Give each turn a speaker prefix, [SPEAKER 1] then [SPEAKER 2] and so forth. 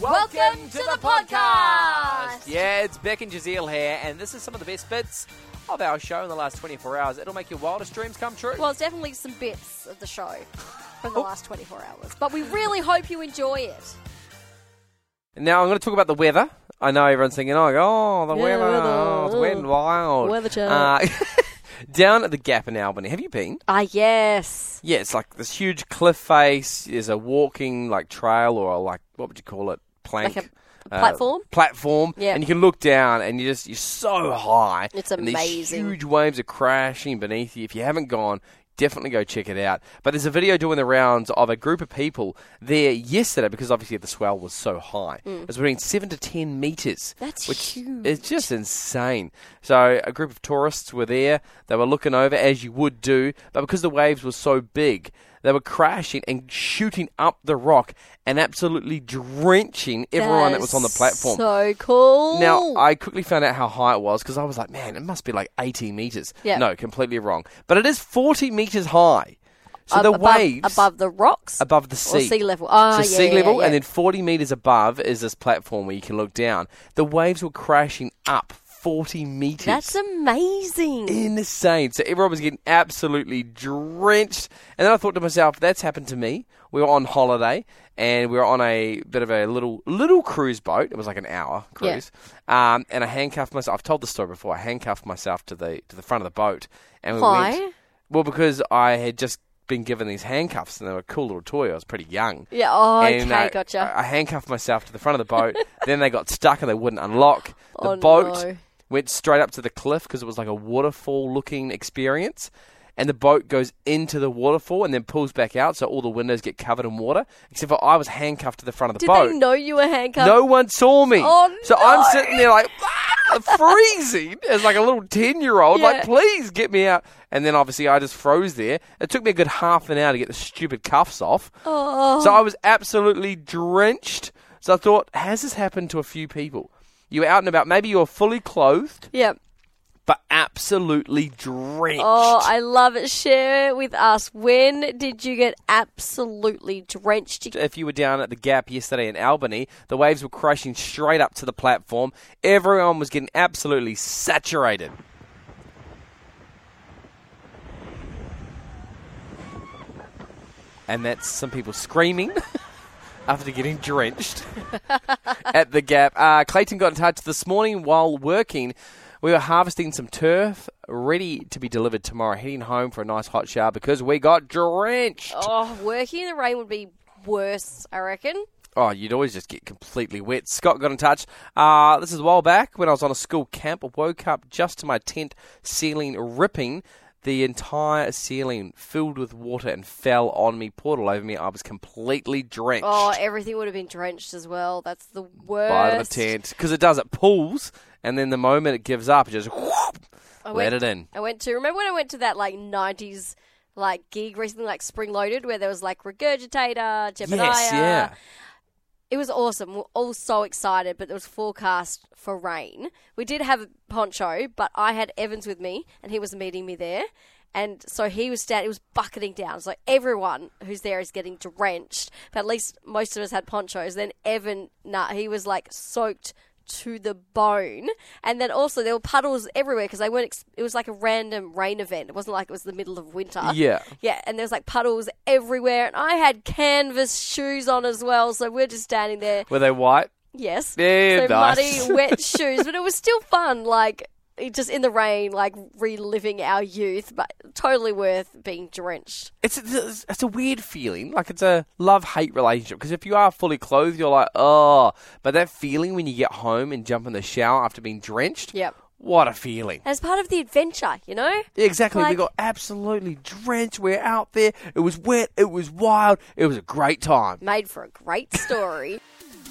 [SPEAKER 1] Welcome to the podcast.
[SPEAKER 2] Yeah, it's Beck and Jazeel here, and this is some of the best bits of our show in the last 24 hours. It'll make your wildest dreams come true.
[SPEAKER 1] Well, it's definitely some bits of the show from
[SPEAKER 2] Oh.
[SPEAKER 1] the last 24 hours, but we really hope you enjoy it.
[SPEAKER 2] Now, I'm going to talk about the weather. I know everyone's thinking, oh, oh the
[SPEAKER 1] Yeah,
[SPEAKER 2] weather.
[SPEAKER 1] weather.
[SPEAKER 2] Oh, it's wet and wild.
[SPEAKER 1] Weather chill.
[SPEAKER 2] Uh, down at the Gap in Albany. Have you been?
[SPEAKER 1] Ah, yes.
[SPEAKER 2] Yeah, it's like this huge cliff face. There's a walking like trail or like what would you call it? Plank. Uh,
[SPEAKER 1] Like a platform?
[SPEAKER 2] platform.
[SPEAKER 1] Yeah.
[SPEAKER 2] And you can look down and you just you're so high.
[SPEAKER 1] It's
[SPEAKER 2] and these
[SPEAKER 1] amazing.
[SPEAKER 2] huge waves are crashing beneath you. If you haven't gone, definitely go check it out. But there's a video doing the rounds of a group of people there yesterday because obviously the swell was so high. It was between seven to ten meters.
[SPEAKER 1] Mm. That's
[SPEAKER 2] which
[SPEAKER 1] huge.
[SPEAKER 2] It's just insane. So a group of tourists were there. They were looking over as you would do, but because the waves were so big. They were crashing and shooting up the rock and absolutely drenching everyone that was on the platform.
[SPEAKER 1] So cool.
[SPEAKER 2] Now, I quickly found out how high it was because I was like, man, it must be like 80 metres.
[SPEAKER 1] Yeah.
[SPEAKER 2] No, completely wrong. But it is 40 metres high. So the
[SPEAKER 1] above,
[SPEAKER 2] waves
[SPEAKER 1] above the rocks,
[SPEAKER 2] above the
[SPEAKER 1] or
[SPEAKER 2] sea.
[SPEAKER 1] sea level. Ah,
[SPEAKER 2] So
[SPEAKER 1] yeah,
[SPEAKER 2] sea
[SPEAKER 1] yeah,
[SPEAKER 2] level,
[SPEAKER 1] yeah.
[SPEAKER 2] and then 40 metres above is this platform where you can look down. The waves were crashing up 40 metres.
[SPEAKER 1] that's amazing.
[SPEAKER 2] Insane. So everyone was getting absolutely drenched. And then I thought to myself, that's happened to me. We were on holiday and we were on a bit of a little little cruise boat. It was like an hour cruise. Um, and I handcuffed myself. I've told the story before. I handcuffed myself to the to the front of the boat. And we
[SPEAKER 1] Why?
[SPEAKER 2] went. Well, because I had just been given these handcuffs and they were a cool little toy. I was pretty young.
[SPEAKER 1] Yeah. Oh,
[SPEAKER 2] And,
[SPEAKER 1] okay,
[SPEAKER 2] uh,
[SPEAKER 1] gotcha.
[SPEAKER 2] I handcuffed myself to the front of the boat. then they got stuck and they wouldn't unlock. The
[SPEAKER 1] Oh,
[SPEAKER 2] boat
[SPEAKER 1] no.
[SPEAKER 2] went straight up to the cliff because it was like a waterfall looking experience. And the boat goes into the waterfall and then pulls back out, so all the windows get covered in water. Except for I was handcuffed to the front of the
[SPEAKER 1] Did
[SPEAKER 2] boat.
[SPEAKER 1] they know you were handcuffed?
[SPEAKER 2] No one saw me.
[SPEAKER 1] Oh,
[SPEAKER 2] so I'm
[SPEAKER 1] no.
[SPEAKER 2] sitting there like "Ah," freezing as like a little 10 year old,
[SPEAKER 1] Yeah.
[SPEAKER 2] like, please get me out. And then obviously I just froze there. It took me a good half an hour to get the stupid cuffs off.
[SPEAKER 1] Oh.
[SPEAKER 2] So I was absolutely drenched. So I thought, has this happened to a few people? You're out and about, maybe you're fully clothed,
[SPEAKER 1] Yep.
[SPEAKER 2] but absolutely drenched.
[SPEAKER 1] Oh, I love it. Share it with us. When did you get absolutely drenched?
[SPEAKER 2] if you were down at the gap yesterday in Albany, the waves were crashing straight up to the platform. Everyone was getting absolutely saturated. And that's some people screaming after getting drenched at the gap. Uh, Clayton got in touch this morning while working. We were harvesting some turf, ready to be delivered tomorrow, heading home for a nice hot shower because we got drenched.
[SPEAKER 1] Oh, working in the rain would be worse, I reckon.
[SPEAKER 2] Oh, you'd always just get completely wet. Scott got in touch. Uh, this is a while back when I was on a school camp. I woke up just to my tent ceiling ripping, the entire ceiling filled with water and fell on me, poured all over me. I was completely drenched
[SPEAKER 1] Oh, everything would have been drenched as well. That's the worst.
[SPEAKER 2] by the tent because it does. It pulls, and then the moment it gives up, it just whoop,
[SPEAKER 1] I
[SPEAKER 2] let
[SPEAKER 1] went,
[SPEAKER 2] it in.
[SPEAKER 1] I went to remember when I went to that like nineties like gig recently, like Spring Loaded, where there was like Regurgitator, Jebediah.
[SPEAKER 2] Yes, yeah.
[SPEAKER 1] It was awesome. We're all so excited, but there was forecast for rain. We did have a poncho, but I had Evans with me, and he was meeting me there. And so he was down. It was bucketing down. So everyone who's there is getting drenched. But at least most of us had ponchos. Then Evan, nah, he was like soaked to the bone. And then also there were puddles everywhere because they weren't. Ex- it was like a random rain event. It wasn't like it was the middle of winter.
[SPEAKER 2] Yeah.
[SPEAKER 1] Yeah, and there's like puddles everywhere, and I had canvas shoes on as well, so we're just standing there.
[SPEAKER 2] Were they white?
[SPEAKER 1] Yes,
[SPEAKER 2] Yeah,
[SPEAKER 1] so
[SPEAKER 2] nice.
[SPEAKER 1] muddy, wet shoes, but it was still fun. Like it- just in the rain, like reliving our youth, but totally worth being drenched.
[SPEAKER 2] it's it's, it's a weird feeling. Like it's a love hate relationship because if you are fully clothed, you're like oh, but that feeling when you get home and jump in the shower after being drenched.
[SPEAKER 1] Yep.
[SPEAKER 2] What a feeling.
[SPEAKER 1] As part of the adventure, you know.
[SPEAKER 2] Yeah, Exactly. we
[SPEAKER 1] Like-
[SPEAKER 2] got absolutely drenched. We're out there. It was wet. It was wild. It was a great time.
[SPEAKER 1] Made for a great story.